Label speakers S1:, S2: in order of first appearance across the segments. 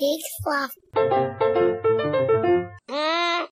S1: big fluff. Mm.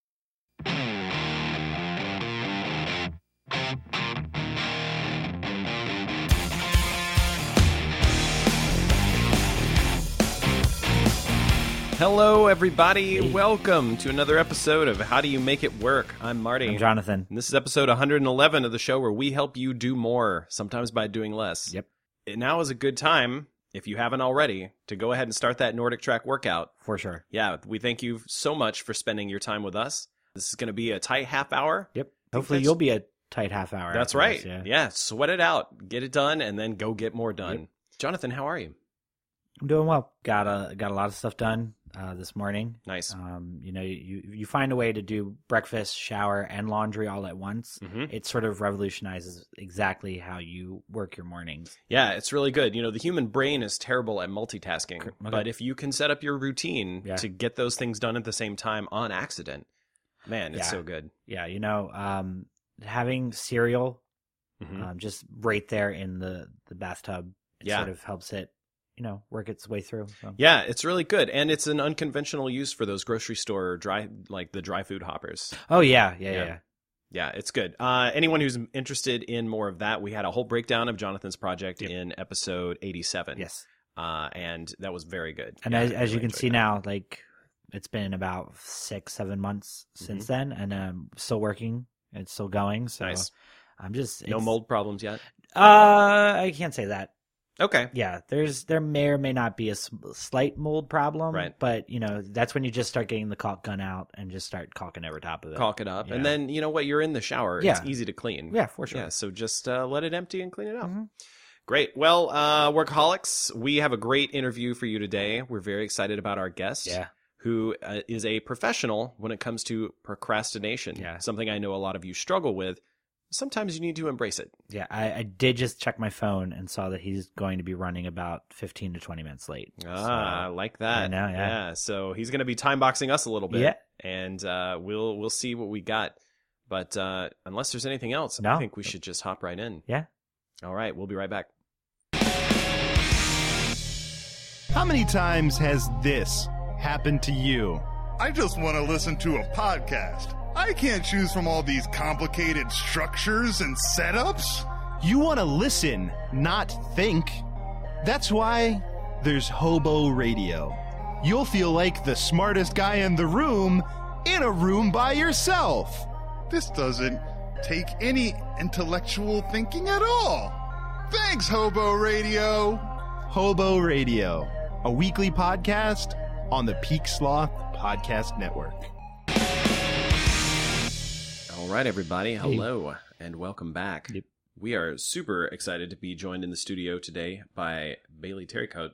S2: Hello, everybody. Welcome to another episode of How Do You Make It Work? I'm Marty.
S3: I'm Jonathan.
S2: And this is episode 111 of the show where we help you do more, sometimes by doing less.
S3: Yep.
S2: And now is a good time, if you haven't already, to go ahead and start that Nordic Track workout.
S3: For sure.
S2: Yeah, we thank you so much for spending your time with us. This is going to be a tight half hour.
S3: Yep. Hopefully
S2: that's-
S3: you'll be a tight half hour.
S2: That's
S3: after
S2: right.
S3: this, yeah.
S2: yeah, sweat it out, get it done, and then go get more done.
S3: Yep.
S2: Jonathan, how are you?
S3: I'm doing well. Got a got a lot of stuff done uh, this morning.
S2: Nice.
S3: Um, you know, you you find a way to do breakfast, shower, and laundry all at once.
S2: Mm-hmm.
S3: It sort of revolutionizes exactly how you work your mornings.
S2: Yeah, it's really good. You know, the human brain is terrible at multitasking,
S3: Cor- okay.
S2: but if you can set up your routine
S3: Yeah.
S2: to get those things done at the same time on accident, man, it's
S3: Yeah.
S2: so good.
S3: Yeah, you know, um, having cereal
S2: Mhm.
S3: um, just right there in the the bathtub it
S2: Yeah.
S3: sort of helps it, you know, work its way through. So.
S2: Yeah, it's really good, and it's an unconventional use for those grocery store dry, like the dry food hoppers.
S3: Oh yeah, yeah,
S2: Yeah.
S3: yeah. yeah.
S2: Yeah, it's good. Uh, anyone who's interested in more of that, we had a whole breakdown of Jonathan's project
S3: Yep.
S2: in episode eighty-seven.
S3: Yes.
S2: uh, and that was very good.
S3: and
S2: Yeah,
S3: as,
S2: I
S3: as you
S2: really
S3: can
S2: enjoyed
S3: see
S2: that.
S3: now like it's been about six seven months since then and um still working it's still going so
S2: Mm-hmm. nice.
S3: i'm just
S2: No
S3: it's-
S2: mold problems yet.
S3: uh i can't say that
S2: Okay.
S3: yeah there's there may or may not be a s- slight mold problem
S2: Right.
S3: but you know that's when you just start getting the caulk gun out and just start caulking over top of it
S2: caulk it up, and
S3: Yeah.
S2: then you know what? You're in the shower.
S3: Yeah.
S2: It's easy to clean.
S3: yeah for sure
S2: Yeah, so just uh, let it empty and clean it up.
S3: Mhm.
S2: Great. Well, uh, workaholics, we have a great interview for you today. We're very excited about our guest,
S3: yeah
S2: who uh, is a professional when it comes to procrastination.
S3: Yeah.
S2: something I know a lot of you struggle with. Sometimes you need to embrace it.
S3: yeah I, I did just check my phone and saw that he's going to be running about 15 to 20 minutes late
S2: Ah, I
S3: So,
S2: like that.
S3: I know, yeah.
S2: So he's going to be time boxing us a little bit.
S3: Yeah.
S2: And uh, we'll we'll see what we got. But uh, unless there's anything else, I
S3: No.
S2: think we should just hop right in.
S3: Yeah.
S2: All right. We'll be right back.
S4: How many times has this happened to you?
S5: I just want to listen to a podcast. I can't choose from all these complicated structures and setups.
S4: You want to listen, not think. That's why there's Hobo Radio. You'll feel like the smartest guy in the room in a room by yourself.
S5: This doesn't take any intellectual thinking at all. Thanks, Hobo Radio.
S4: Hobo Radio, a weekly podcast on the Peak Sloth Podcast Network.
S2: All right, everybody. Hello and welcome back.
S3: Yep.
S2: We are super excited to be joined in the studio today by Bailey Terricoat.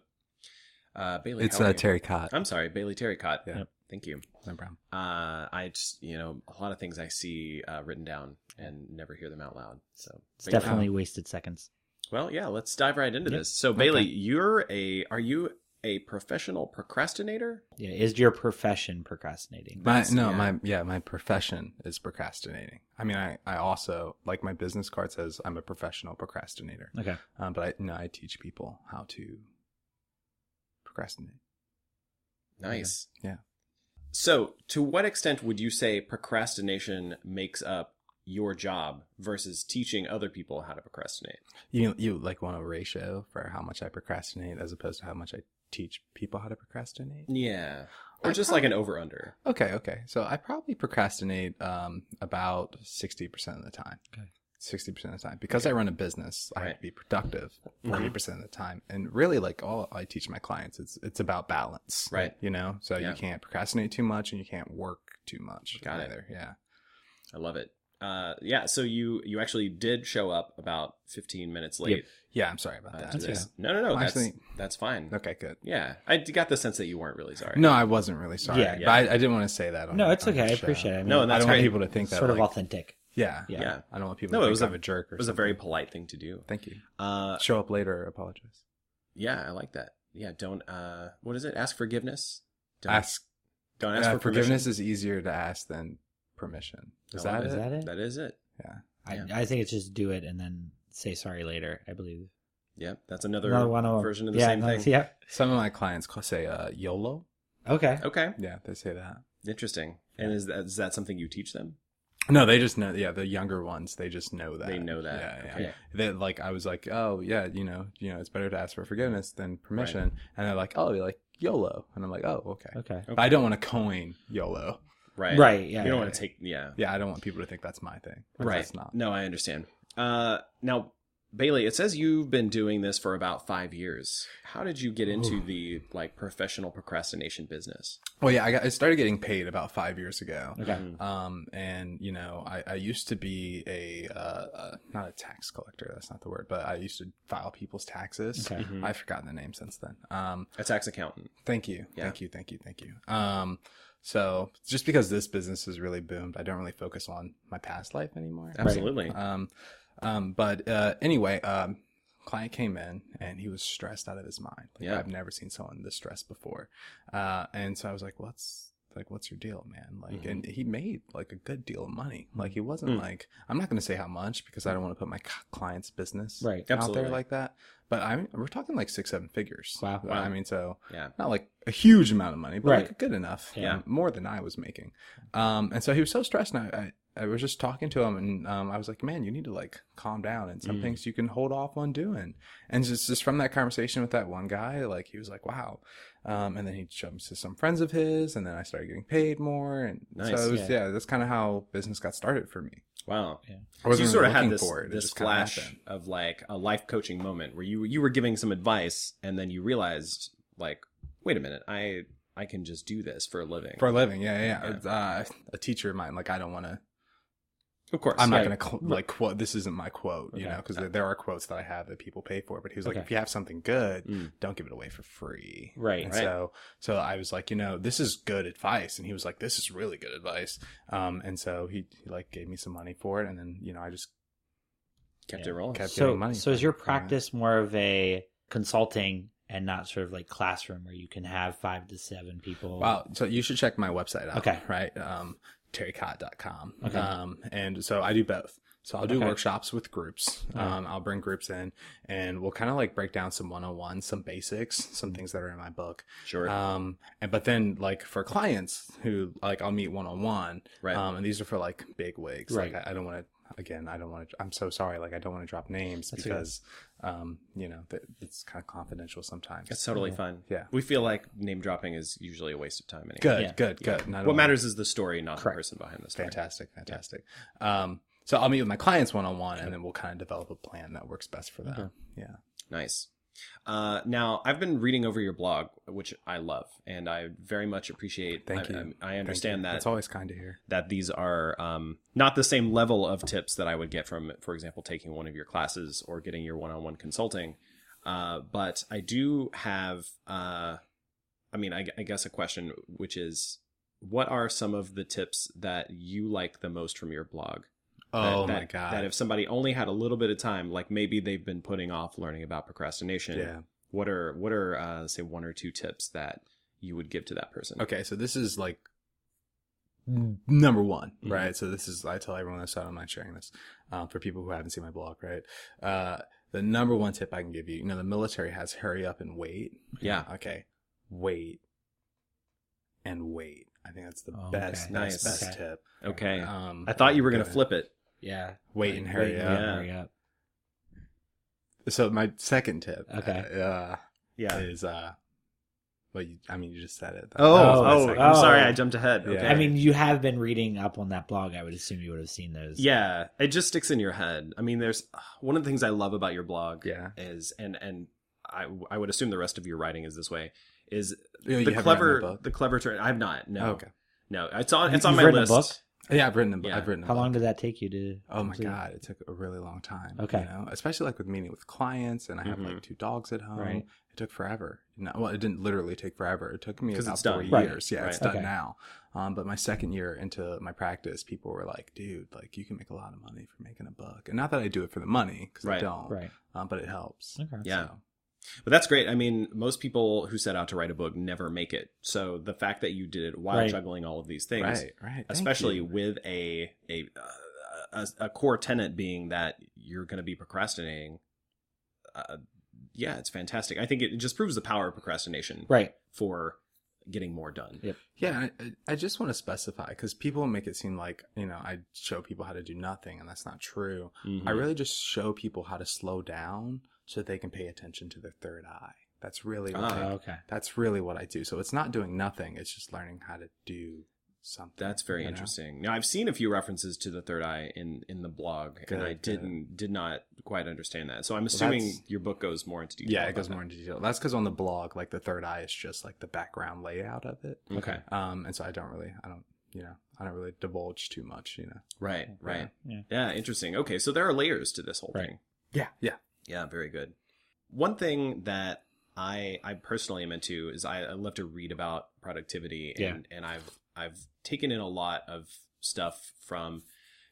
S2: Uh, Bailey,
S6: It's
S2: how are
S6: uh,
S2: you? Oh,
S6: Terry Cott.
S2: I'm sorry, Bailey Terricott.
S6: Yeah. Yep.
S2: Thank you.
S6: No problem.
S2: Uh, I just, you know, a lot of things I see uh, written down and never hear them out loud. So
S3: it's
S2: Bailey-
S3: definitely wasted seconds
S2: Well, yeah. Let's dive right into this. So, Bailey, you're a are you a professional procrastinator?
S3: Yeah, is your profession procrastinating?
S6: My
S2: That's-
S6: no,
S2: yeah.
S6: my yeah, my profession is procrastinating. I mean, I I also like my business card says I'm a professional procrastinator.
S3: Okay.
S6: Um, but I no, I teach people how to procrastinate.
S2: Nice.
S6: Yeah.
S2: So, to what extent would you say procrastination makes up your job versus teaching other people how to procrastinate?
S6: You you like want a ratio for how much I procrastinate as opposed to how much I teach people how to procrastinate?
S2: Yeah. Or
S6: I
S2: just
S6: prob-
S2: like an over under.
S6: Okay, okay. So I probably procrastinate um, about sixty percent of the time.
S3: Okay.
S6: Sixty percent of the time, because I run a business, I
S2: Right. Mm-hmm.
S6: have to be productive forty percent of the time. And really, like all I teach my clients, it's it's about balance,
S2: Right.
S6: You know, so
S2: Yeah.
S6: you can't procrastinate too much, and you can't work too much.
S2: Got it.
S6: either. Yeah.
S2: I love it. Uh, yeah. So you you actually did show up about 15 minutes late.
S6: Yeah. I'm sorry about
S2: Uh,
S6: that.
S2: to this. No, no, no.
S6: Well,
S2: That's
S6: actually-
S2: that's fine.
S6: Yeah. Okay. Good.
S2: Yeah, I d- got the sense that you weren't really sorry.
S6: No, I wasn't really sorry.
S3: Yeah,
S6: but
S2: yeah.
S6: I, I didn't want to say that. On,
S3: No, it's
S6: on
S3: okay. I
S6: the show.
S3: appreciate it. I mean,
S2: No, and
S6: I
S2: that's
S6: don't
S2: great.
S6: want people to think that.
S3: sort of
S6: like-
S3: authentic.
S6: Yeah.
S3: Yeah.
S2: yeah.
S6: I don't want people.
S2: No,
S6: to
S2: it
S6: think
S2: was a-
S6: I'm a jerk. Or
S2: It was a
S6: something.
S2: very polite thing to do.
S6: Thank you.
S2: Uh,
S6: Show up later. or Apologize.
S2: yeah, I like that. Yeah, don't. Uh, what is it? Ask forgiveness. Don't
S6: Ask.
S2: Don't ask
S6: uh,
S2: for
S6: forgiveness
S2: permission.
S6: is easier to ask than permission. Is
S2: I
S6: that
S2: love
S6: it?
S3: Is that it?
S2: That is it.
S6: Yeah.
S3: I,
S2: Yeah.
S3: I think it's just do it and then say sorry later. I believe
S2: Yep, that's another,
S3: Another one of 'em.
S2: version of the
S3: Yeah,
S2: same
S3: another-
S2: thing.
S3: Yeah,
S6: Some of my clients call- say uh, YOLO.
S3: Okay.
S2: Okay,
S6: Yeah, they say that.
S2: interesting. And is that is that something you teach them?
S6: No, they just know. Yeah, the younger ones, they just know that.
S2: They know that.
S6: Yeah, yeah.
S2: Okay.
S6: They, like I was like, oh yeah, you know, you know, it's better to ask for forgiveness than permission. And they're like, oh, you're like YOLO, and I'm like, oh, okay.
S3: Okay.
S6: But I don't want to coin YOLO.
S2: Right.
S3: Right. yeah.
S2: You don't want to take yeah.
S6: Yeah, I don't want people to think that's my thing. 'cause
S2: Right.
S6: That's not.
S2: No, I understand. Uh, now, Bailey, it says you've been doing this for about five years. How did you get into the like professional procrastination business?
S6: Well, yeah, I, got, I started getting paid about five years ago.
S3: Okay.
S6: Um, and you know, I, I used to be a, uh, uh, not a tax collector. That's not the word, but I used to file people's taxes.
S3: Okay.
S6: I've forgotten the name since then. Um,
S2: Mm-hmm. A tax accountant.
S6: Thank you.
S2: Yeah.
S6: Thank you. Thank you. Thank you. Um, so just because this business has really boomed, I don't really focus on my past life anymore.
S2: Absolutely.
S6: Um, um, but uh, anyway, um, client came in and he was stressed out of his mind. Like,
S2: Yeah.
S6: I've never seen someone this stressed before. Uh, and so I was like, what's like what's your deal man like
S2: Mhm.
S6: and he made like a good deal of money like he wasn't
S2: Mm.
S6: like i'm not going to say how much because i don't want to put my c- client's business
S3: Right.
S6: out
S2: Absolutely.
S6: there like that but i'm we're talking like six seven figures
S3: Wow.
S6: Uh, i mean so
S2: Yeah.
S6: not like a huge amount of money, but like
S3: Right.
S6: good enough. um,
S3: Yeah.
S6: more than I was making. Um, and so he was so stressed, and I, I, I was just talking to him, and um, I was like, "Man, you need to like calm down, and some
S2: Mm.
S6: things you can hold off on doing." And just just from that conversation with that one guy, like he was like, "Wow," um, and then he showed me to some friends of his, and then I started getting paid more, and
S2: Nice.
S6: so it was,
S3: Yeah.
S6: yeah. that's kind of how business got started for me.
S2: Wow.
S6: I
S2: So you
S6: wasn't
S2: sort of
S6: really
S2: had
S6: looking
S2: this,
S6: for it. It
S2: this
S6: just kinda
S2: flash
S6: happened.
S2: of like a life coaching moment where you you were giving some advice and then you realized like, wait a minute, I I can just do this for a living.
S6: for a living. Yeah, yeah.
S2: Yeah.
S6: yeah. Uh, a teacher of mine, like I don't want to
S2: of course.
S6: I'm not
S3: Right.
S6: going to cl- like quote. This isn't my quote, you
S3: Okay. Uh.
S6: know, because there, there are quotes that I have that people pay for. But he was like,
S3: Okay.
S6: if you have something good,
S2: Mm.
S6: don't give it away for free.
S3: Right.
S6: And
S2: Right.
S6: so, so I was like, you know, this is good advice, and he was like, this is really good advice. Um, and so he, he like gave me some money for it, and then you know I just
S2: kept
S3: Yeah.
S2: it rolling.
S6: kept
S3: So,
S6: getting money.
S3: so is
S6: from
S3: your
S6: it, you know?
S3: practice more of a consulting and not sort of like classroom where you can have five to seven people?
S6: Wow. So you should check my website out.
S3: Okay.
S6: Right. Um, terrycott.com.
S3: Okay.
S6: Um, and so I do both. So I'll do
S3: Okay.
S6: workshops with groups. Um, I'll bring groups in and we'll kind of like break down some one-on-ones, some basics, some things that are in my book.
S2: Sure.
S6: Um, and, but then like for clients who like I'll meet one-on-one.
S2: Right.
S6: Um, and these are for like big wigs.
S3: Right.
S6: Like I, I don't want to, again, I don't want to, I'm so sorry. Like I don't want to drop names
S3: That's okay.
S6: because, um, you know, that it's kind of confidential sometimes.
S2: That's totally fun.
S6: Yeah.
S2: We feel like name dropping is usually a waste of time anyway.
S6: Good,
S3: Yeah.
S6: good, good. And I
S2: What
S6: don't wanna-
S2: matters is the story, not
S6: Correct.
S2: the person behind the story.
S6: Fantastic, fantastic. Um, so I'll meet with my clients one on one, and then we'll kind of develop a plan that works best for them. Yeah.
S2: Nice. Uh, now I've been reading over your blog, which I love, and I very much appreciate.
S6: Thank
S2: I,
S6: you.
S2: I- I,
S6: Thank you.
S2: understand that
S6: That's always kind to hear.
S2: that these are um, not the same level of tips that I would get from, for example, taking one of your classes or getting your one-on-one consulting. Uh, but I do have, uh, I mean, I, I guess a question, which is, what are some of the tips that you like the most from your blog? that-
S6: Oh
S2: that,
S6: my god.
S2: That if somebody only had a little bit of time, like maybe they've been putting off learning about procrastination.
S6: yeah.
S2: What are what are uh, say one or two tips that you would give to that person?
S6: Okay, so this is like n- number one,
S2: Mhm.
S6: right? So this is I tell everyone this, so I'm not sharing this um, for people who haven't seen my blog, right? Uh, the number one tip I can give you, you know, the military has hurry up and wait.
S2: Yeah.
S6: Okay. Wait and wait. I think that's the
S3: Oh,
S6: best,
S3: okay.
S6: nice,
S2: Nice.
S6: best
S3: Okay.
S6: tip.
S2: Okay.
S6: Um,
S2: I thought you were gonna
S6: good.
S2: flip it.
S3: Yeah.
S6: Wait and hurry up.
S2: Yeah.
S3: hurry up.
S6: So my second tip,
S3: Okay.
S6: uh,
S2: Yeah.
S6: is uh, well, you, I mean, you just said it.
S2: Oh,
S6: That
S2: oh,
S6: was my second
S2: I'm
S3: oh.
S2: sorry, I jumped ahead.
S6: Yeah.
S2: Okay.
S3: I mean, you have been reading up on that blog. I would assume you would have seen those.
S2: yeah, it just sticks in your head. I mean, there's uh, one of the things I love about your blog
S6: Yeah,
S2: is, and and I I would assume the rest of your writing is this way. Is
S6: You know, you
S2: the
S6: have read my
S2: clever
S6: book?
S2: the clever turn? I've not. No.
S6: Oh, okay.
S2: No, it's on
S3: You-
S2: it's on
S3: you've
S2: my
S3: written
S2: list.
S3: a book?
S6: Yeah, I've written a book.
S2: Yeah.
S6: I've written. A
S3: How
S6: book.
S3: long did that take you to?
S6: Oh my
S3: complete?
S6: god, it took a really long time.
S3: Okay.
S6: You know, especially like with meeting with clients, and I have
S2: Mm-hmm.
S6: like two dogs at home.
S3: Right.
S6: It took forever. No, well, it didn't literally take forever. It took me
S2: 'Cause
S6: about
S2: it's
S6: four
S2: done. Right.
S6: years. Yeah, it's
S2: Right.
S6: done
S3: Okay.
S6: now. Um, but my second year into my practice, people were like, "Dude, like you can make a lot of money for making a book." And not that I do it for the money, because
S2: Right.
S6: I don't.
S3: Right.
S6: Um, but it helps.
S3: Okay.
S2: Yeah.
S6: So-
S2: But that's great. I mean, most people who set out to write a book never make it. So the fact that you did it while
S3: Right.
S2: juggling all of these things,
S6: Right, right. Thank
S2: especially
S6: you.
S2: with a a, uh, a a core tenet being that you're going to be procrastinating, uh, yeah, it's fantastic. I think it just proves the power of procrastination
S3: Right.
S2: for getting more done.
S6: Yeah, I- I, I just want to specify because people make it seem like you know I show people how to do nothing, and that's not true. I
S2: Mhm.
S6: really just show people how to slow down so they can pay attention to their third eye. That's really what
S2: Ah,
S6: I,
S3: Oh, okay.
S6: that's really what I do. So it's not doing nothing; it's just learning how to do something.
S2: That's very
S6: you know?
S2: interesting. Now I've seen a few references to the third eye in in the blog,
S6: Good,
S2: and I
S6: good.
S2: didn't did not quite understand that. So I'm assuming
S6: that's-
S2: your book goes more into detail.
S6: Yeah, it
S2: about
S6: goes
S2: that.
S6: more into detail. That's because on the blog, like the third eye is just like the background layout of it.
S2: Okay,
S6: Um, and so I don't really, I don't, you know, I don't really divulge too much, you know.
S2: right, right, yeah.
S3: Yeah.
S2: interesting. Okay, so there are layers to this whole
S3: Right.
S2: thing.
S6: Yeah, yeah.
S2: Yeah, very good. One thing that I I personally am into is I, I love to read about productivity and and I've I've taken in a lot of stuff from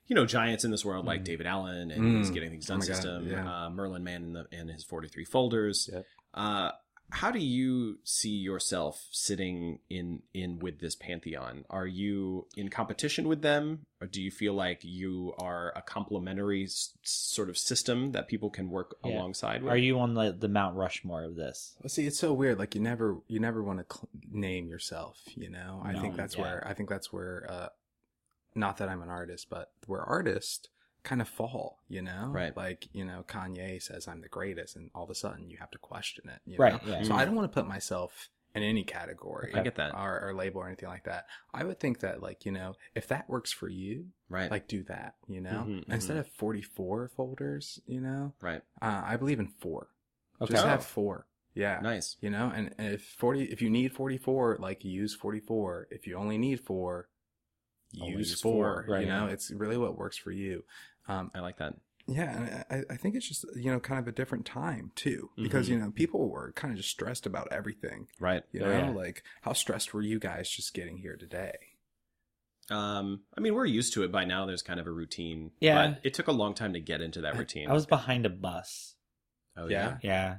S2: you know giants in this world like
S6: Mm.
S2: David Allen and
S6: Mm.
S2: his getting things
S6: Oh
S2: done
S6: my God,
S2: system,
S6: yeah.
S2: uh, Merlin Mann in the and his forty three folders.
S6: Yep.
S2: Uh, how do you see yourself sitting in in with this pantheon? Are you in competition with them, or do you feel like you are a complementary s- sort of system that people can work
S3: Yeah.
S2: alongside with?
S3: Are you on the, the Mount Rushmore of this?
S6: Well, see, it's so weird. Like you never, you never want to cl- name yourself. You know, I think
S3: No,
S6: that's
S3: yeah.
S6: where I think that's where, uh, not that I'm an artist, but where artists kind of fall. You know,
S2: Right.
S6: Like you know, Kanye says I'm the greatest, and all of a sudden you have to question it. You
S3: Right,
S6: Know?
S3: yeah.
S6: So I don't want to put myself in any category.
S2: I get that.
S6: Or, or label or anything like that. I would think that like you know, if that works for you,
S2: right?
S6: like do that. You know,
S2: Mhm,
S6: instead of 44 folders, you know,
S2: right.
S6: uh, I believe in four.
S3: Okay.
S6: Just
S2: Oh.
S6: have four.
S3: uh,
S6: Yeah
S2: Nice.
S6: you know and and if 40 if you need 44 like use 44 if you only need four
S2: Only
S6: use
S2: use
S6: four,
S2: four, right,
S6: you know
S2: yeah.
S6: it's really what works for you um
S2: I like that.
S6: yeah and I, I think it's just you know kind of a different time too because you know people were kind of just stressed about everything
S2: Right.
S6: you
S3: Mm-hmm. Oh,
S6: know
S3: yeah.
S6: like how stressed were you guys just getting here today
S2: Um, I mean, we're used to it by now. There's kind of a routine.
S3: Yeah.
S2: But it took a long time to get into that routine.
S3: I was behind a bus.
S2: oh,
S6: Yeah.
S3: Yeah.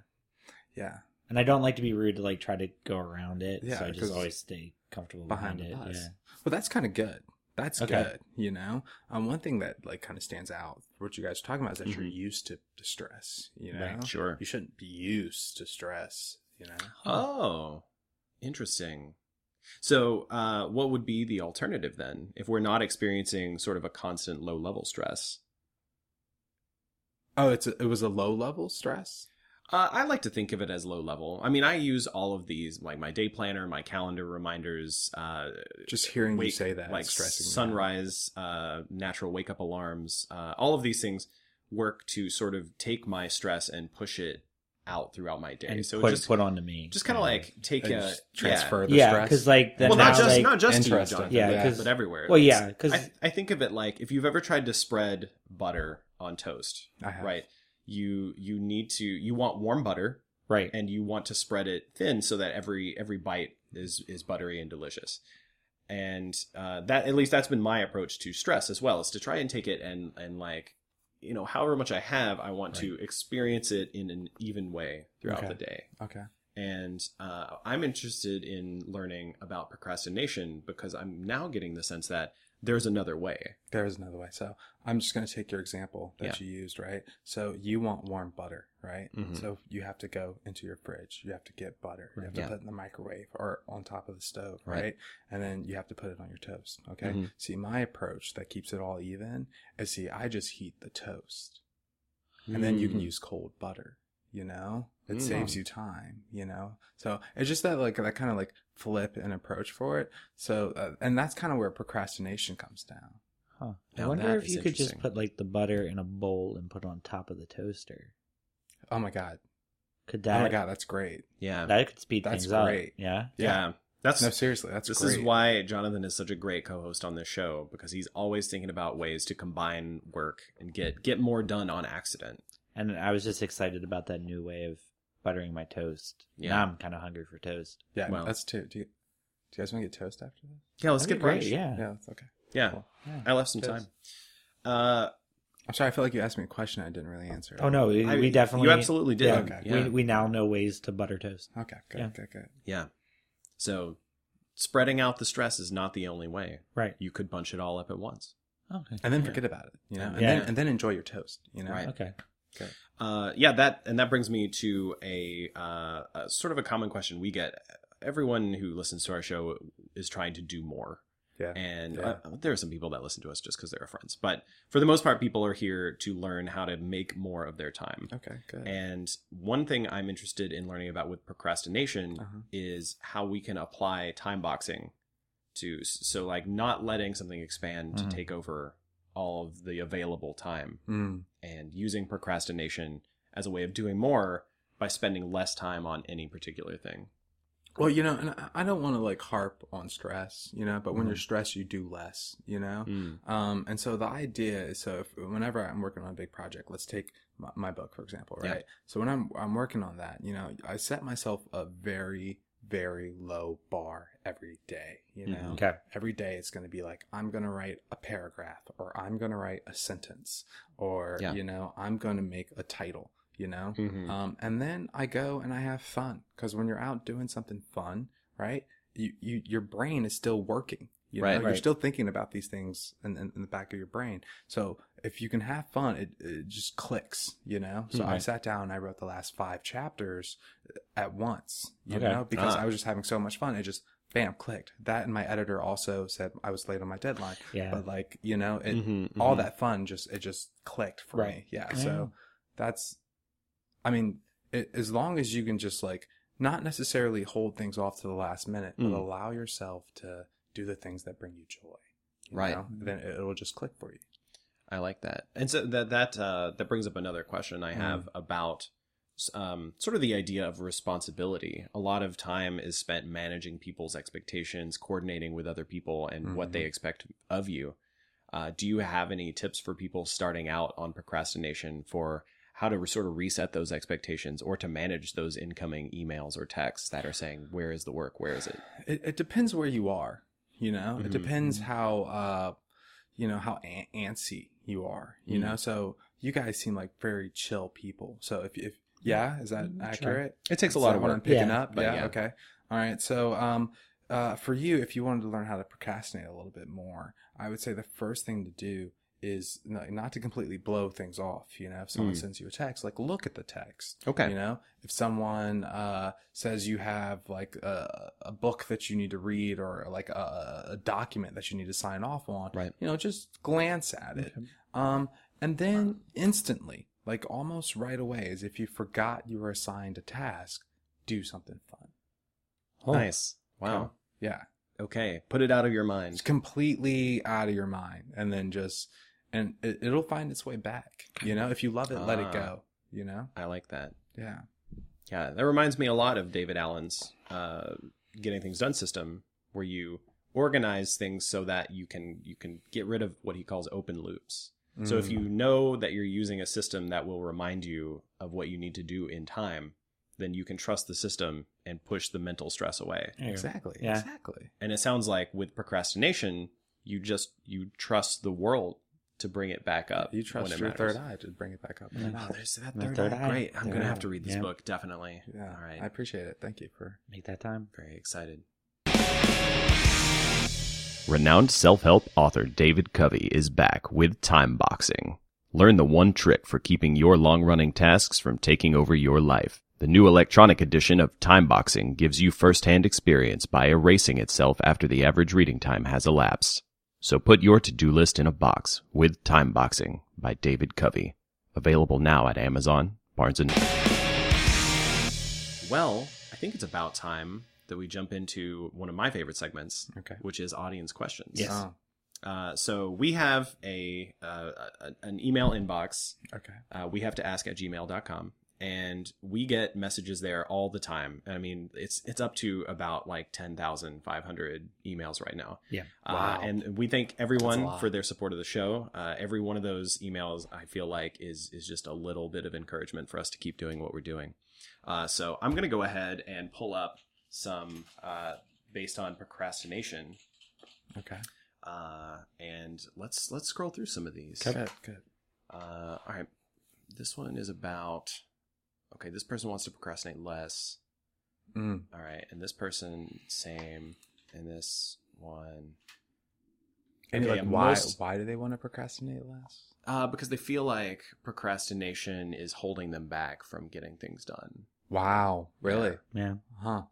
S6: yeah
S3: And I don't like to be rude to like try to go around it.
S6: Yeah,
S3: so I just
S6: 'cause
S3: always stay comfortable
S6: behind
S3: behind,
S6: the
S3: it.
S6: bus.
S3: Yeah.
S6: Well, that's kind of good. That's
S3: Okay.
S6: good, you know. Um, one thing that like kind of stands out, what you guys are talking about, is that you're
S2: Mhm.
S6: used to, to stress. You know,
S3: Mm-hmm. Right,
S2: sure.
S6: You shouldn't be used to stress. You know,
S2: Oh, interesting. So, uh, what would be the alternative then if we're not experiencing sort of a constant low level stress?
S6: oh, it's a, it was a low level stress.
S2: Uh, I like to think of it as low level. I mean, I use all of these, like my day planner, my calendar reminders, uh,
S6: Just hearing you
S2: wake-
S6: say that,
S2: like
S6: is stressing. me out.
S2: sunrise, uh, natural wake up alarms, uh, all of these things work to sort of take my stress and push it out throughout my day.
S3: And
S2: so
S3: put,
S2: it just
S3: put on to me.
S2: just kind of like take
S6: And
S2: a
S6: just transfer the
S3: yeah,
S6: stress.
S3: because like
S2: Yeah.
S3: then
S2: Well,
S3: now,
S2: not just
S3: like,
S2: not just to you,
S6: Interesting.
S2: Jonathan,
S3: Yeah,
S2: yeah,
S3: 'cause-
S2: but everywhere.
S3: well,
S2: It's-
S3: yeah, because
S2: I, I think of it like if you've ever tried to spread butter on toast,
S6: I have.
S2: right? You you need to you want warm butter
S3: right,
S2: and you want to spread it thin so that every every bite is is buttery and delicious. And uh, that at least that's been my approach to stress as well is to try and take it and and like you know however much I have I want to experience it in an even way throughout
S6: Okay.
S2: the day
S6: Okay.
S2: and uh, I'm interested in learning about procrastination because I'm now getting the sense that there's another way.
S6: There is another way. So I'm just going to take your example that you used, right? So you want warm butter, right?
S2: Mhm.
S6: So you have to go into your fridge. You have to get butter. You have to
S2: Yeah.
S6: put it in the microwave or on top of the stove,
S2: Right.
S6: right? And then you have to put it on your toast. Okay.
S2: Mhm.
S6: See, my approach that keeps it all even is see, I just heat the toast and then you can
S2: Mm.
S6: use cold butter, you know? It
S2: Mm.
S6: saves you time, you know? So it's just that like, that kind of like flip and approach for it. So, uh, and that's kind of where procrastination comes down.
S3: Huh. I
S2: Now
S3: wonder
S2: that
S3: if
S2: is
S3: you could just
S2: interesting.
S3: put like the butter in a bowl and put it on top of the toaster.
S6: Oh my God.
S3: Could
S6: oh
S3: that
S6: my god, that's great.
S2: Yeah,
S3: that could speed
S6: That's
S3: things up?
S6: great.
S3: Yeah.
S2: yeah. That's
S6: No, seriously, that's
S2: this
S6: great.
S2: is why Jonathan is such a great co-host on this show because he's always thinking about ways to combine work and get get more done on accident.
S3: And I was just excited about that new way of buttering my toast.
S2: Yeah.
S3: Now I'm kind of hungry for toast.
S6: Yeah,
S2: Well-
S6: that's too. Do you, do you guys want to get toast after this?
S2: Yeah, let's
S3: That'd
S2: get
S3: be
S2: brunch.
S3: great. Yeah.
S6: Yeah, that's okay.
S2: yeah.
S6: Cool.
S3: yeah.
S2: I left some
S6: Toast.
S2: time. Uh,
S6: I'm sorry. I feel like you asked me a question. I didn't really answer. it.
S3: Oh no, we,
S2: I-
S3: we definitely
S2: you absolutely did.
S3: Yeah,
S6: okay.
S2: Yeah.
S3: We, we now know ways to butter toast.
S6: Okay. Good.
S3: Yeah.
S6: Good. Good.
S2: yeah. So spreading out the stress is not the only way.
S3: Right.
S2: You could bunch it all up at once.
S3: Oh, Okay.
S6: And then forget about it. You know. And
S3: Yeah.
S6: then and then enjoy your toast. You know.
S2: Right.
S3: Okay.
S2: Uh, yeah, that and that brings me to a, uh, a sort of a common question we get everyone who listens to our show is trying to do more
S6: Yeah.
S2: and
S6: Yeah.
S2: uh, there are some people that listen to us just because they're friends but for the most part people are here to learn how to make more of their time
S6: Okay. Good.
S2: and one thing i'm interested in learning about with procrastination
S6: Uh-huh.
S2: is how we can apply time boxing to so like not letting something expand
S6: Mhm.
S2: to take over all of the available time
S6: Mm.
S2: and using procrastination as a way of doing more by spending less time on any particular thing
S6: Well, you know, and I- I don't want to like harp on stress, you know, but when
S3: Mhm.
S2: Mm-hmm.
S6: you're stressed, you do less, you know?
S2: Mm.
S6: Um, and so the idea is so if, whenever I'm working on a big project, let's take my, my book, for example,
S2: Yeah.
S6: right? So when I'm, I'm working on that, you know, I set myself a very, very low bar every day, you know?
S2: Mhm.
S3: Okay.
S6: Every day it's going to be like, I'm going to write a paragraph or I'm going to write a sentence or,
S2: Yeah.
S6: you know, I'm going to make a title, you know?
S3: Mm.
S2: Mhm.
S6: Um, and then I go and I have fun because when you're out doing something fun, right? You, you your brain is still working. You know?
S2: Right,
S6: you're
S3: right.
S6: still thinking about these things in, in, in the back of your brain. So if you can have fun, it, it just clicks. You know. So I
S3: Mm-hmm.
S2: Mhm.
S6: sat down and I wrote the last five chapters uh, at once. You
S3: Okay.
S6: know, because
S2: Ah.
S6: I was just having so much fun. It just bam clicked. That and my editor also said I was late on my deadline.
S3: Yeah. Mm-hmm.
S6: But like you know, it,
S2: Mhm,
S6: all
S2: mhm.
S6: that fun just it just clicked for
S3: Right.
S6: me yeah
S3: Yeah.
S6: so that's i mean it, as long as you can just like not necessarily hold things off to the last minute but
S2: Mm.
S6: allow yourself to do the things that bring you joy you
S2: Right.
S6: know? then it- it'll just click for you
S2: I like that. Mm. And so that that uh, that brings up another question I have about um, sort of the idea of responsibility. A lot of time is spent managing people's expectations, coordinating with other people, and what they expect of you. Uh, do you have any tips for people starting out on procrastination for how to sort of reset those expectations or to manage those incoming emails or texts that are saying, "Where is the work? Where is it?"
S6: it, it depends where you are you know
S2: Mhm.
S6: it depends how uh you know how an- antsy you are you
S2: Mm.
S6: know so you guys seem like very chill people so if if yeah is that
S3: Mm, sure.
S6: accurate
S2: It takes a
S6: Is
S2: lot
S6: that
S2: of
S6: what I'm
S2: work.
S6: picking
S3: Yeah.
S6: up.
S2: But
S6: yeah,
S2: yeah.
S6: Okay. All right. So, um, uh, for you, if you wanted to learn how to procrastinate a little bit more, I would say the first thing to do is n- not to completely blow things off. You know, if someone
S2: Mm.
S6: sends you a text, like look at the text.
S2: Okay.
S6: You know, if someone uh, says you have like a, a book that you need to read or like a, a document that you need to sign off on,
S2: Right.
S6: you know, just glance at it. Um, and then instantly, like almost right away, as if you forgot you were assigned a task, do something fun.
S2: Nice. Wow.
S6: Yeah.
S2: Okay. Put it out of your mind.
S6: It's completely out of your mind. And then just, and it, it'll find its way back. You know, if you love it, let it
S2: Ah.
S6: go. You know?
S2: I like that.
S6: Yeah.
S2: Yeah, that reminds me a lot of David Allen's uh, getting things done system, where you organize things so that you can you can get rid of what he calls open loops. So if
S6: Mm.
S2: you know that you're using a system that will remind you of what you need to do in time, then you can trust the system and push the mental stress away.
S3: There you go.
S6: Exactly.
S3: Yeah.
S6: Exactly.
S2: And it sounds like with procrastination, you just you trust the world to bring it back up.
S6: You trust
S2: when it
S6: your
S2: matters.
S6: third eye to bring it back up.
S3: Yeah.
S2: Oh, there's that
S3: Mm. My
S2: third,
S3: third
S2: eye.
S3: eye.
S2: Great. I'm
S3: Third
S2: going to
S3: eye.
S2: have to read this
S3: Yeah.
S2: book, definitely.
S6: Yeah.
S2: All right.
S6: I appreciate it. Thank you for
S3: Make that time.
S2: Very excited.
S1: Renowned self help author David Covey is back with Time Boxing. Learn the one trick for keeping your long running tasks from taking over your life. The new electronic edition of Time Boxing gives you first hand experience by erasing itself after the average reading time has elapsed. So put your to do list in a box with Time Boxing by David Covey. Available now at Amazon, Barnes and
S2: Well, I think it's about time that we jump into one of my favorite segments,
S6: Okay.
S2: which is audience questions.
S3: Yes.
S6: Oh,
S2: Uh, so we have a, uh, a an email inbox.
S6: okay.
S2: Uh, we have to ask at gmail.com and we get messages there all the time. I mean, it's it's up to about like 10,500 emails right now.
S3: Yeah.
S2: Uh,
S6: Wow.
S2: and we thank
S6: That's a
S2: everyone
S6: lot.
S2: for their support of the show. Uh, every one of those emails, I feel like, is is just a little bit of encouragement for us to keep doing what we're doing. Uh, so I'm gonna go ahead and pull up some uh, based on procrastination,
S6: Okay.
S2: uh, and let's let's scroll through some of these.
S6: Good. Good.
S2: Uh, all right, this one is about. Okay, this person wants to procrastinate less.
S6: Mm.
S2: All right, and this person same, and this one.
S6: And
S2: Okay,
S6: like,
S2: yeah,
S6: why
S2: most-
S6: why do they want to procrastinate less?
S2: Uh, because they feel like procrastination is holding them back from getting things done.
S6: Wow, really?
S3: Yeah.
S6: Huh. Do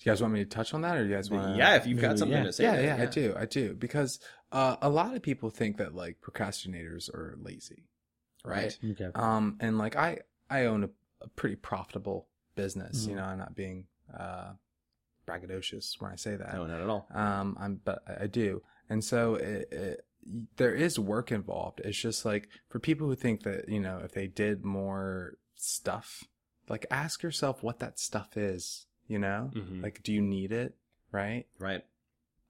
S6: you guys want me to touch on that, or do you guys want?
S2: yeah, if you've got something
S3: yeah.
S2: to say.
S6: yeah,
S2: there,
S6: yeah, I do, I do, because uh, a lot of people think that like procrastinators are lazy, right?
S3: Okay.
S6: Um, and like I, I own a, a pretty profitable business. You
S2: Mm-hmm.
S3: Mhm.
S6: know, I'm not being uh, braggadocious when I say that.
S2: No, not at all.
S6: Um, I'm, but I- I do, and so it, it, there is work involved. It's just like for people who think that you know if they did more stuff, like ask yourself what that stuff is. You know,
S2: Mhm.
S6: like do you need it? Right?
S2: Right.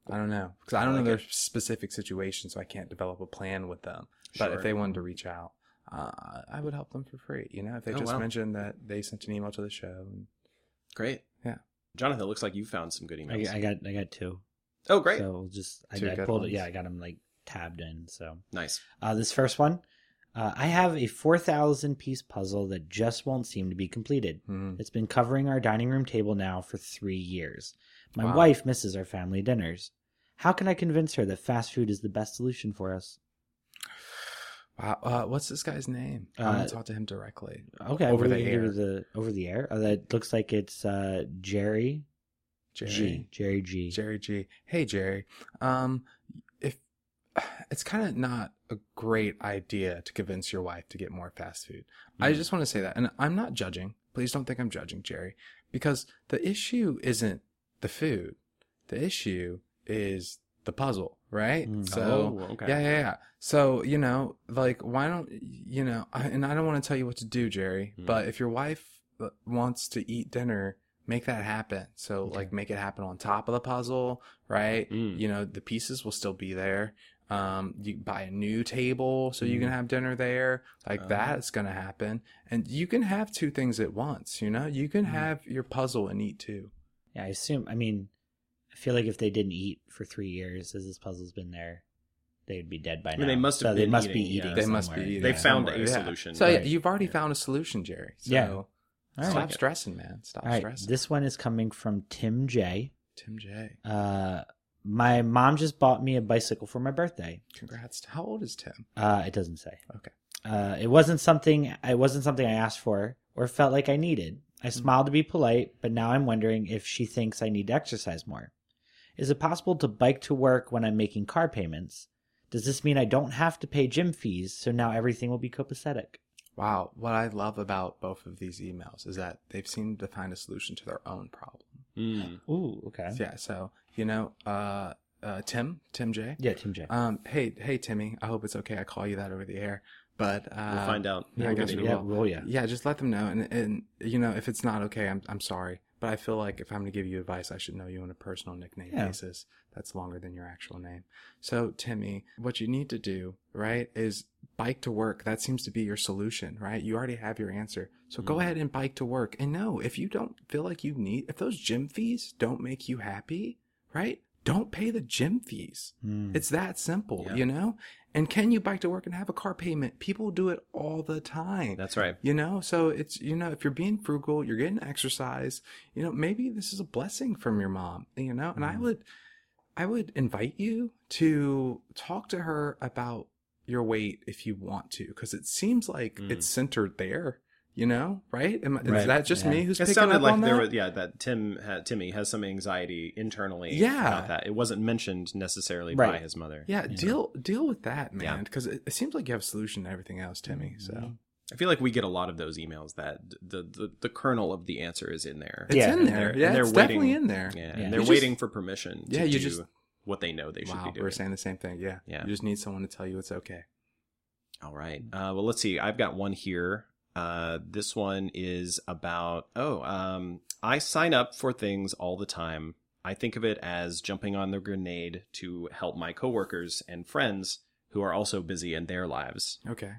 S6: I don't know because I don't
S2: I
S6: know
S2: like
S6: their specific situation, so I can't develop a plan with them. But
S2: Sure.
S6: if they wanted to reach out, uh, I would help them for free. You know, if they
S2: Oh,
S6: just
S2: wow.
S6: mentioned that they sent an email to the show. And,
S2: Great.
S6: Yeah.
S2: Jonathan, it looks like you found some good
S3: I,
S2: emails.
S3: I got I got two.
S2: oh, great.
S3: So we'll just I,
S6: Two
S3: I
S6: good
S3: pulled
S6: ones.
S3: it. Yeah, I got them like tabbed in. So
S2: nice.
S3: uh, this first one, uh, I have a four thousand piece puzzle that just won't seem to be completed.
S6: Mhm.
S3: It's been covering our dining room table now for three years. My
S6: Wow.
S3: wife misses our family dinners. How can I convince her that fast food is the best solution for us?
S6: Wow, uh, what's this guy's name? I
S3: Uh,
S6: want to talk to him directly.
S3: Okay,
S6: Over
S3: over
S6: the
S3: the
S6: air.
S3: air. The, over the air. Uh, that looks like it's uh, Jerry, G.
S6: Jerry.
S3: Jerry G.
S6: Jerry G. Hey Jerry. Um if it's kind of not a great idea to convince your wife to get more fast food. I
S2: Mm.
S6: just want to say that and I'm not judging. Please don't think I'm judging Jerry because the issue isn't the food. The issue is the puzzle, right?
S3: Mm.
S6: So
S2: oh, okay.
S6: yeah, yeah, yeah. So, you know, like why don't you know, I, and I don't want to tell you what to do, Jerry,
S2: Mm.
S6: but if your wife uh, wants to eat dinner, make that happen. So,
S3: Okay.
S6: like make it happen on top of the puzzle, right?
S2: Mm.
S6: You know, the pieces will still be there. Um, you buy a new table so you can have dinner there. Like
S2: Oh.
S6: that's gonna happen, and you can have two things at once. You know, you can
S3: Mm.
S6: have your puzzle and eat too.
S3: Yeah, I assume. I mean, I feel like if they didn't eat for three years, as this puzzle's been there, they'd be dead by now.
S2: mean, they must have
S3: So they
S2: been
S3: must
S2: eating,
S3: be
S2: yeah.
S3: eating.
S6: They must be
S3: somewhere.
S6: eating.
S2: They
S6: Yeah.
S2: found a
S6: Somewhere, yeah.
S2: solution.
S6: So yeah,
S3: Right.
S6: you've already found a solution, Jerry. So
S3: Yeah. All
S6: Stop
S3: right.
S6: stressing, man. Stop
S3: All right.
S6: stressing.
S3: This one is coming from Tim J.
S6: Tim J.
S3: Uh, my mom just bought me a bicycle for my birthday.
S6: Congrats. How old is Tim?
S3: Uh, it doesn't say.
S6: Okay.
S3: Uh, it wasn't something. It wasn't something I asked for or felt like I needed. I
S6: Mm-hmm.
S3: smiled to be polite, but now I'm wondering if she thinks I need to exercise more. Is it possible to bike to work when I'm making car payments? Does this mean I don't have to pay gym fees, so now everything will be copacetic?
S6: Wow. What I love about both of these emails is that they've seemed to find a solution to their own problem.
S2: Mm.
S3: Ooh, okay.
S6: Yeah. So, you know, uh, uh, Tim, Tim J.
S3: Yeah, Tim J.
S6: Um, hey, hey, Timmy. I hope it's okay. I call you that over the air, but uh,
S2: We'll find out.
S6: yeah, I
S2: We'll
S6: guess
S2: get
S6: we
S2: it.
S3: yeah,
S6: will.
S3: roll yeah.
S6: Yeah, just let them know, and and you know, if it's not okay, I'm I'm sorry, but I feel like if I'm gonna give you advice, I should know you on a personal nickname
S3: Yeah.
S6: basis that's longer than your actual name. So Timmy, what you need to do, right, is bike to work. That seems to be your solution, right? You already have your answer, so go
S3: Mm-hmm.
S2: Mhm.
S6: ahead and bike to work. And no, if you don't feel like you need, if those gym fees don't make you happy, right, don't pay the gym fees.
S3: Hmm.
S6: It's that simple,
S2: Yeah.
S6: you know. And can you bike to work and have a car payment? People do it all the time.
S2: That's right.
S6: You know, so it's, you know, if you're being frugal, you're getting exercise, you know, maybe this is a blessing from your mom, you know, and I
S2: Mm-hmm.
S3: Mhm.
S6: would, I would invite you to talk to her about your weight if you want to, because it seems like
S2: Mm.
S6: it's centered there, you know, right? Am, I Is
S3: Right,
S6: that just
S3: yeah.
S6: me who's
S2: It
S6: picking
S2: sounded
S6: up
S2: like
S6: on
S2: there
S6: that?
S2: was yeah that Tim ha Timmy has some anxiety internally
S6: Yeah.
S2: about that. It wasn't mentioned necessarily by
S3: Right.
S2: his mother.
S6: yeah,
S3: Yeah.
S6: deal deal with that,
S2: Yeah. Mm-hmm.
S6: man, because it, it seems like you have a solution to everything else, Timmy. So
S2: I feel like we get a lot of those emails that d- the the, the kernel of the answer is in there.
S6: it's
S3: Yeah.
S6: in
S2: And
S6: there.
S2: they're-
S6: Yeah,
S2: and they're
S6: it's definitely
S2: waiting-
S6: in there.
S2: Yeah,
S3: Yeah.
S2: and they're
S6: You just-
S2: waiting for permission. To
S6: Yeah, you
S2: do
S6: just-
S2: what they know they should
S6: Wow,
S2: be
S6: we
S2: doing.
S6: we're saying the same thing. Yeah,
S2: Yeah.
S6: You just need someone to tell you it's okay.
S2: All right. Uh, well, let's see. I've got one here. Uh, this one is about oh, um, I sign up for things all the time. I think of it as jumping on the grenade to help my coworkers and friends who are also busy in their lives.
S6: Okay.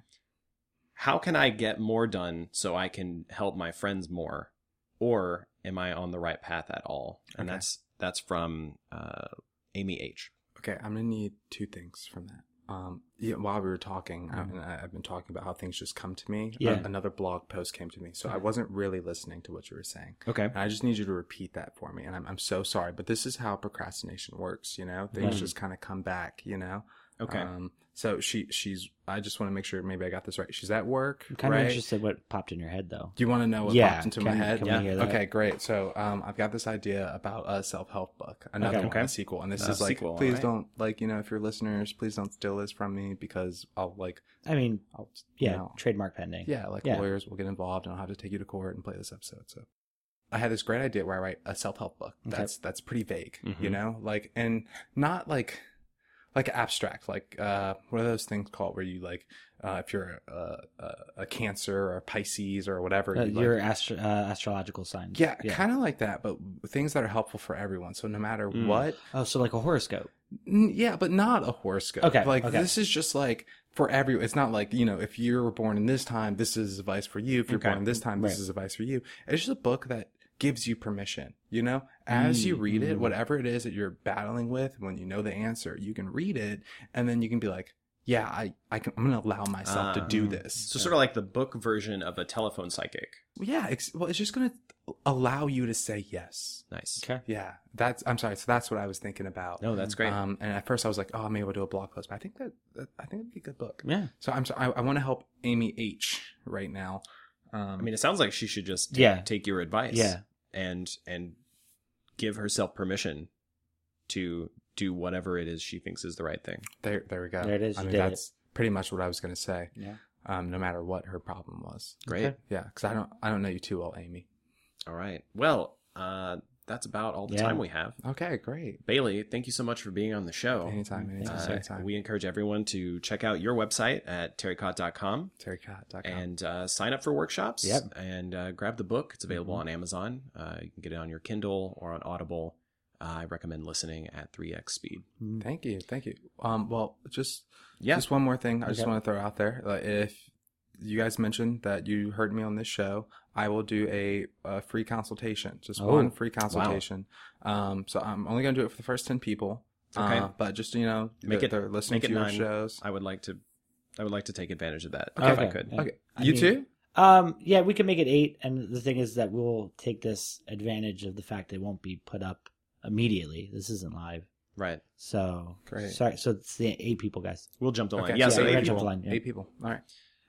S2: How can I get more done so I can help my friends more, or am I on the right path at all? And
S6: Okay.
S2: that's that's from uh, Amy H.
S6: Okay, I'm gonna need two things from that. Um, yeah, while we were talking, I- and I, I've been talking about how things just come to me. Uh,
S3: Yeah.
S6: another blog post came to me, so I wasn't really listening to what you were saying.
S2: Okay.
S6: And I just need you to repeat that for me. And I'm, I'm so sorry, but this is how procrastination works. You know, things
S3: Mhm.
S6: just kind of come back. You know,
S2: Okay.
S6: Um, so she she's. I just want to make sure. Maybe I got this right. She's at work.
S3: I'm kind of
S6: right?
S3: interested what popped in your head though.
S6: Do you want to know what
S3: Yeah,
S6: popped into
S3: can-
S6: my head?
S3: can we Yeah. hear that?
S6: Okay, great. So um, I've got this idea about a self-help book, another
S3: Okay.
S6: one,
S2: Okay.
S6: a sequel, and this
S2: A
S6: is like,
S2: sequel,
S6: please
S2: alright.
S6: don't like, you know, if you're listeners, please don't steal this from me because I'll like,
S3: I mean,
S6: I'll you
S3: yeah,
S6: know,
S3: trademark pending.
S6: yeah, like
S3: Yeah.
S6: lawyers will get involved and I'll have to take you to court and play this episode. So I had this great idea where I write a self-help book.
S3: Okay. Mm-hmm.
S6: That's that's pretty vague, you
S2: Mhm.
S6: know, like and not like like abstract, like uh, what are those things called where you like uh, if you're a, a, a Cancer or a Pisces or whatever,
S3: Uh,
S6: you, like-
S3: your astro- uh, astrological signs.
S6: yeah, kind of like that, but things that are helpful for everyone. So no matter
S2: Mm.
S6: what,
S3: Oh, so like a horoscope.
S6: N- yeah, but not a horoscope.
S3: Okay,
S6: like
S3: okay.
S6: this is just like for every. It's not like you know if you were born in this time, this is advice for you. If you're
S2: Okay.
S6: born in this time, this
S3: Right.
S6: is advice for you. It's just a book that gives you permission. You know, as you
S2: Mm,
S6: read it,
S2: mm.
S6: whatever it is that you're battling with, when you know the answer, you can read it, and then you can be like, yeah, I, I can, I'm gonna allow myself to
S2: Ah.
S6: do this.
S2: So sort of like the book version of a telephone psychic.
S6: yeah, it's, well, it's just gonna allow you to say yes.
S2: Nice.
S3: Okay.
S6: Yeah, that's. I'm sorry. So that's what I was thinking about.
S2: No, that's great.
S6: Um, and at first I was like, oh, maybe we'll do a blog post, but I think that, that I think it'd be a good book.
S3: Yeah.
S6: So I'm sorry. I, I want to help Amy H right now. Um,
S2: I mean, it sounds like she should just take,
S3: Yeah.
S2: take your advice.
S3: Yeah.
S2: And and give herself permission to do whatever it is she thinks is the right thing.
S6: there, there we go.
S3: There it is,
S6: I
S3: you
S6: mean,
S3: did it.
S6: that's pretty much what I was gonna say.
S3: Yeah.
S6: Um, no matter what her problem was.
S2: Great.
S3: Okay.
S6: Yeah, because I don't, I don't know you too well, Amy.
S2: All right. Well, uh, that's about all the
S3: Yeah.
S2: time we have.
S6: Okay, great.
S2: Bailey, thank you so much for being on the show.
S6: Anytime, anytime,
S2: Uh,
S6: anytime.
S2: we encourage everyone to check out your website at terrycott.com
S6: Terrycott.com.
S2: and uh, sign up for workshops
S3: Yep.
S2: and uh, grab the book. It's available
S6: Mm-hmm.
S2: on Amazon. Uh, you can get it on your Kindle or on Audible. Uh, I recommend listening at 3x speed.
S3: Mm.
S6: thank you, thank you. Um, well, just
S2: Yeah.
S6: Just one more thing I just
S3: Okay.
S6: want to throw out there. Like if you guys mentioned that you heard me on this show, I will do a, a free consultation. Just
S3: Oh,
S6: one free consultation. Um, so I'm only going to do it for the first 10 people.
S2: Okay.
S6: Uh, but just, you know,
S2: Make
S6: they're,
S2: it-
S6: they're listening
S2: make it
S6: to your
S2: nine.
S6: shows.
S2: I would like to I would like to take advantage of that if I
S3: Okay.
S2: could.
S3: Yeah.
S6: Okay.
S3: I
S6: You
S3: mean-
S6: too?
S3: Um. Yeah, we can make it eight, and the thing is that we'll take this advantage of the fact they won't be put up immediately. This isn't live,
S2: Right.
S3: so
S6: Great.
S3: sorry. So it's the eight people, guys.
S2: We'll jump the line.
S6: Okay.
S2: yeah,
S6: Yeah,
S2: so
S6: we're
S2: eight
S6: gonna
S3: jump
S2: people.
S3: the line. Yeah.
S6: Eight people. All right.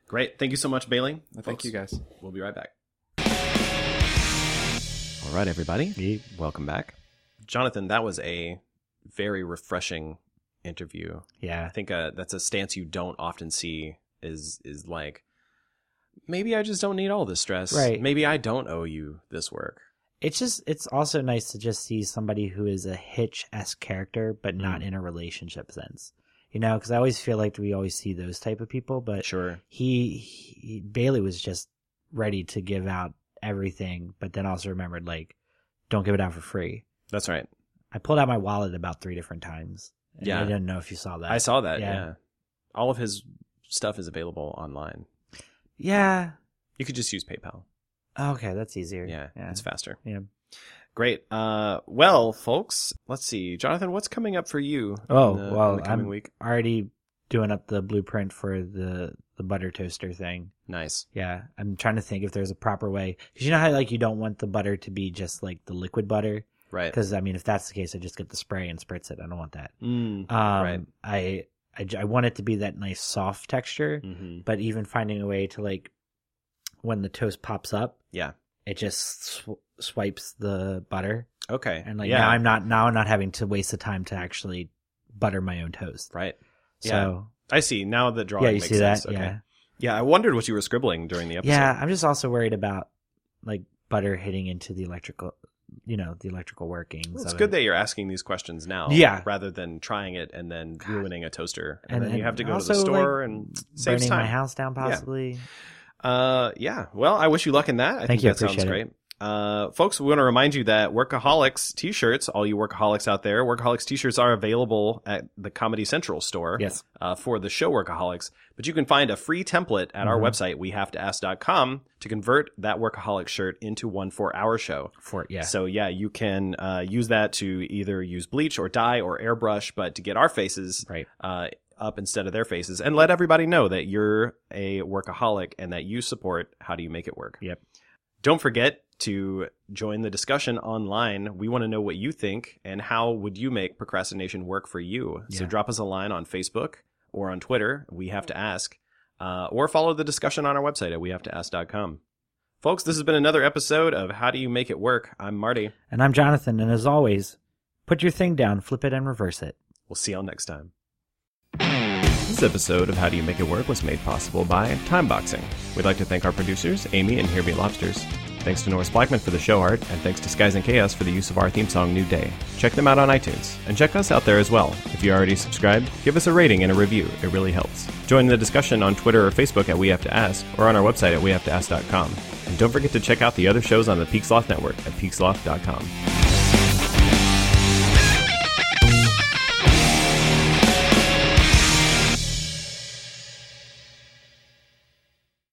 S2: Great. Thank you so much, Bailey.
S6: Well, thank
S2: Folks,
S6: you guys.
S2: We'll be right back. All right, everybody. Welcome back. Jonathan, that was a very refreshing interview.
S3: Yeah.
S2: I think uh, that's a stance you don't often see is is like maybe I just don't need all this stress.
S3: Right.
S2: Maybe I don't owe you this work.
S3: It's just it's also nice to just see somebody who is a Hitch esque character, but not in a relationship sense. You know, because I always feel like we always see those type of people, but
S2: Sure.
S3: he, he Bailey was just ready to give out everything, but then also remembered like, don't give it out for free.
S2: That's right.
S3: I pulled out my wallet about three different times. and
S2: Yeah.
S3: I didn't know if you saw that.
S2: I saw that. Yeah.
S3: yeah.
S2: All of his stuff is available online.
S3: Yeah. Oh,
S2: You could just use PayPal.
S3: Okay, that's easier.
S2: Yeah,
S3: yeah.
S2: it's faster.
S3: Yeah.
S2: Great. Uh, well, folks, let's see. Jonathan, what's coming up for you?
S3: Oh,
S2: in the- in
S3: well,
S2: the coming
S3: I'm-
S2: week.
S3: Already doing up the blueprint for the the butter toaster thing.
S2: Nice.
S3: Yeah, I'm trying to think if there's a proper way because you know how like you don't want the butter to be just like the liquid butter
S2: Right.
S3: because I mean if that's the case I just get the spray and spritz it. I don't want that.
S2: Mm.
S3: Um,
S2: Right.
S3: I, I j- I want it to be that nice soft texture,
S2: hmm
S3: but even finding a way to like when the toast pops up,
S2: Yeah.
S3: it just sw- swipes the butter,
S2: Okay.
S3: and like
S2: yeah.
S3: now I'm not now I'm not having to waste the time to actually butter my own toast.
S2: right.
S3: So
S2: I see. Now the drawing
S3: yeah, you
S2: makes
S3: see
S2: sense.
S3: that?
S2: Okay.
S3: Yeah,
S2: Yeah, I wondered what you were scribbling during the episode.
S3: yeah. I'm just also worried about like butter hitting into the electrical, you know, the electrical workings.
S2: Well, it's
S3: of
S2: good
S3: it.
S2: that you're asking these questions now,
S3: Yeah.
S2: rather than trying it and then
S3: God.
S2: ruining a toaster, and,
S3: And-
S2: then you
S3: and
S2: have to go to the
S3: also,
S2: store
S3: like,
S2: and saves
S3: burning
S2: time.
S3: my house down possibly.
S2: Uh, yeah. Well, I wish you luck in that. I think
S3: you,
S2: that sounds
S3: appreciate
S2: great. Uh, folks, we want to remind you that Workaholics t-shirts, all you Workaholics out there, Workaholics t-shirts are available at the Comedy Central store
S3: Yes.
S2: uh, for the show Workaholics. But you can find a free template at
S3: Mm-hmm.
S2: our website, wehavetoask.com, to convert that Workaholic shirt into one for our show.
S3: For yeah.
S2: So yeah, you can uh, use that to either use bleach or dye or airbrush, but to get our faces
S3: Right.
S2: uh, up instead of their faces, and let everybody know that you're a workaholic and that you support How Do You Make It Work.
S3: Yep.
S2: Don't forget
S7: to join the discussion online. We want to know what you think and how would you make procrastination work for you. So
S3: Yeah.
S7: drop us a line on Facebook or on Twitter. We have to ask. Uh, or follow the discussion on our website at wehavetoask.com. Folks, this has been another episode of How Do You Make It Work? I'm Marty.
S3: And I'm Jonathan, and as always, put your thing down, flip it, and reverse it.
S7: We'll see y'all next time.
S2: This episode of How Do You Make It Work was made possible by Timeboxing. We'd like to thank our producers, Amy and Hear Me Lobsters. Thanks to Norris Blackman for the show art, and thanks to Skies and Chaos for the use of our theme song, New Day. Check them out on iTunes, and check us out there as well. If you're already subscribed, give us a rating and a review. It really helps. Join the discussion on Twitter or Facebook at We Have to Ask, or on our website at WeHaveToAsk.com. And don't forget to check out the other shows on the Peaksloft Network at Peaksloft.com.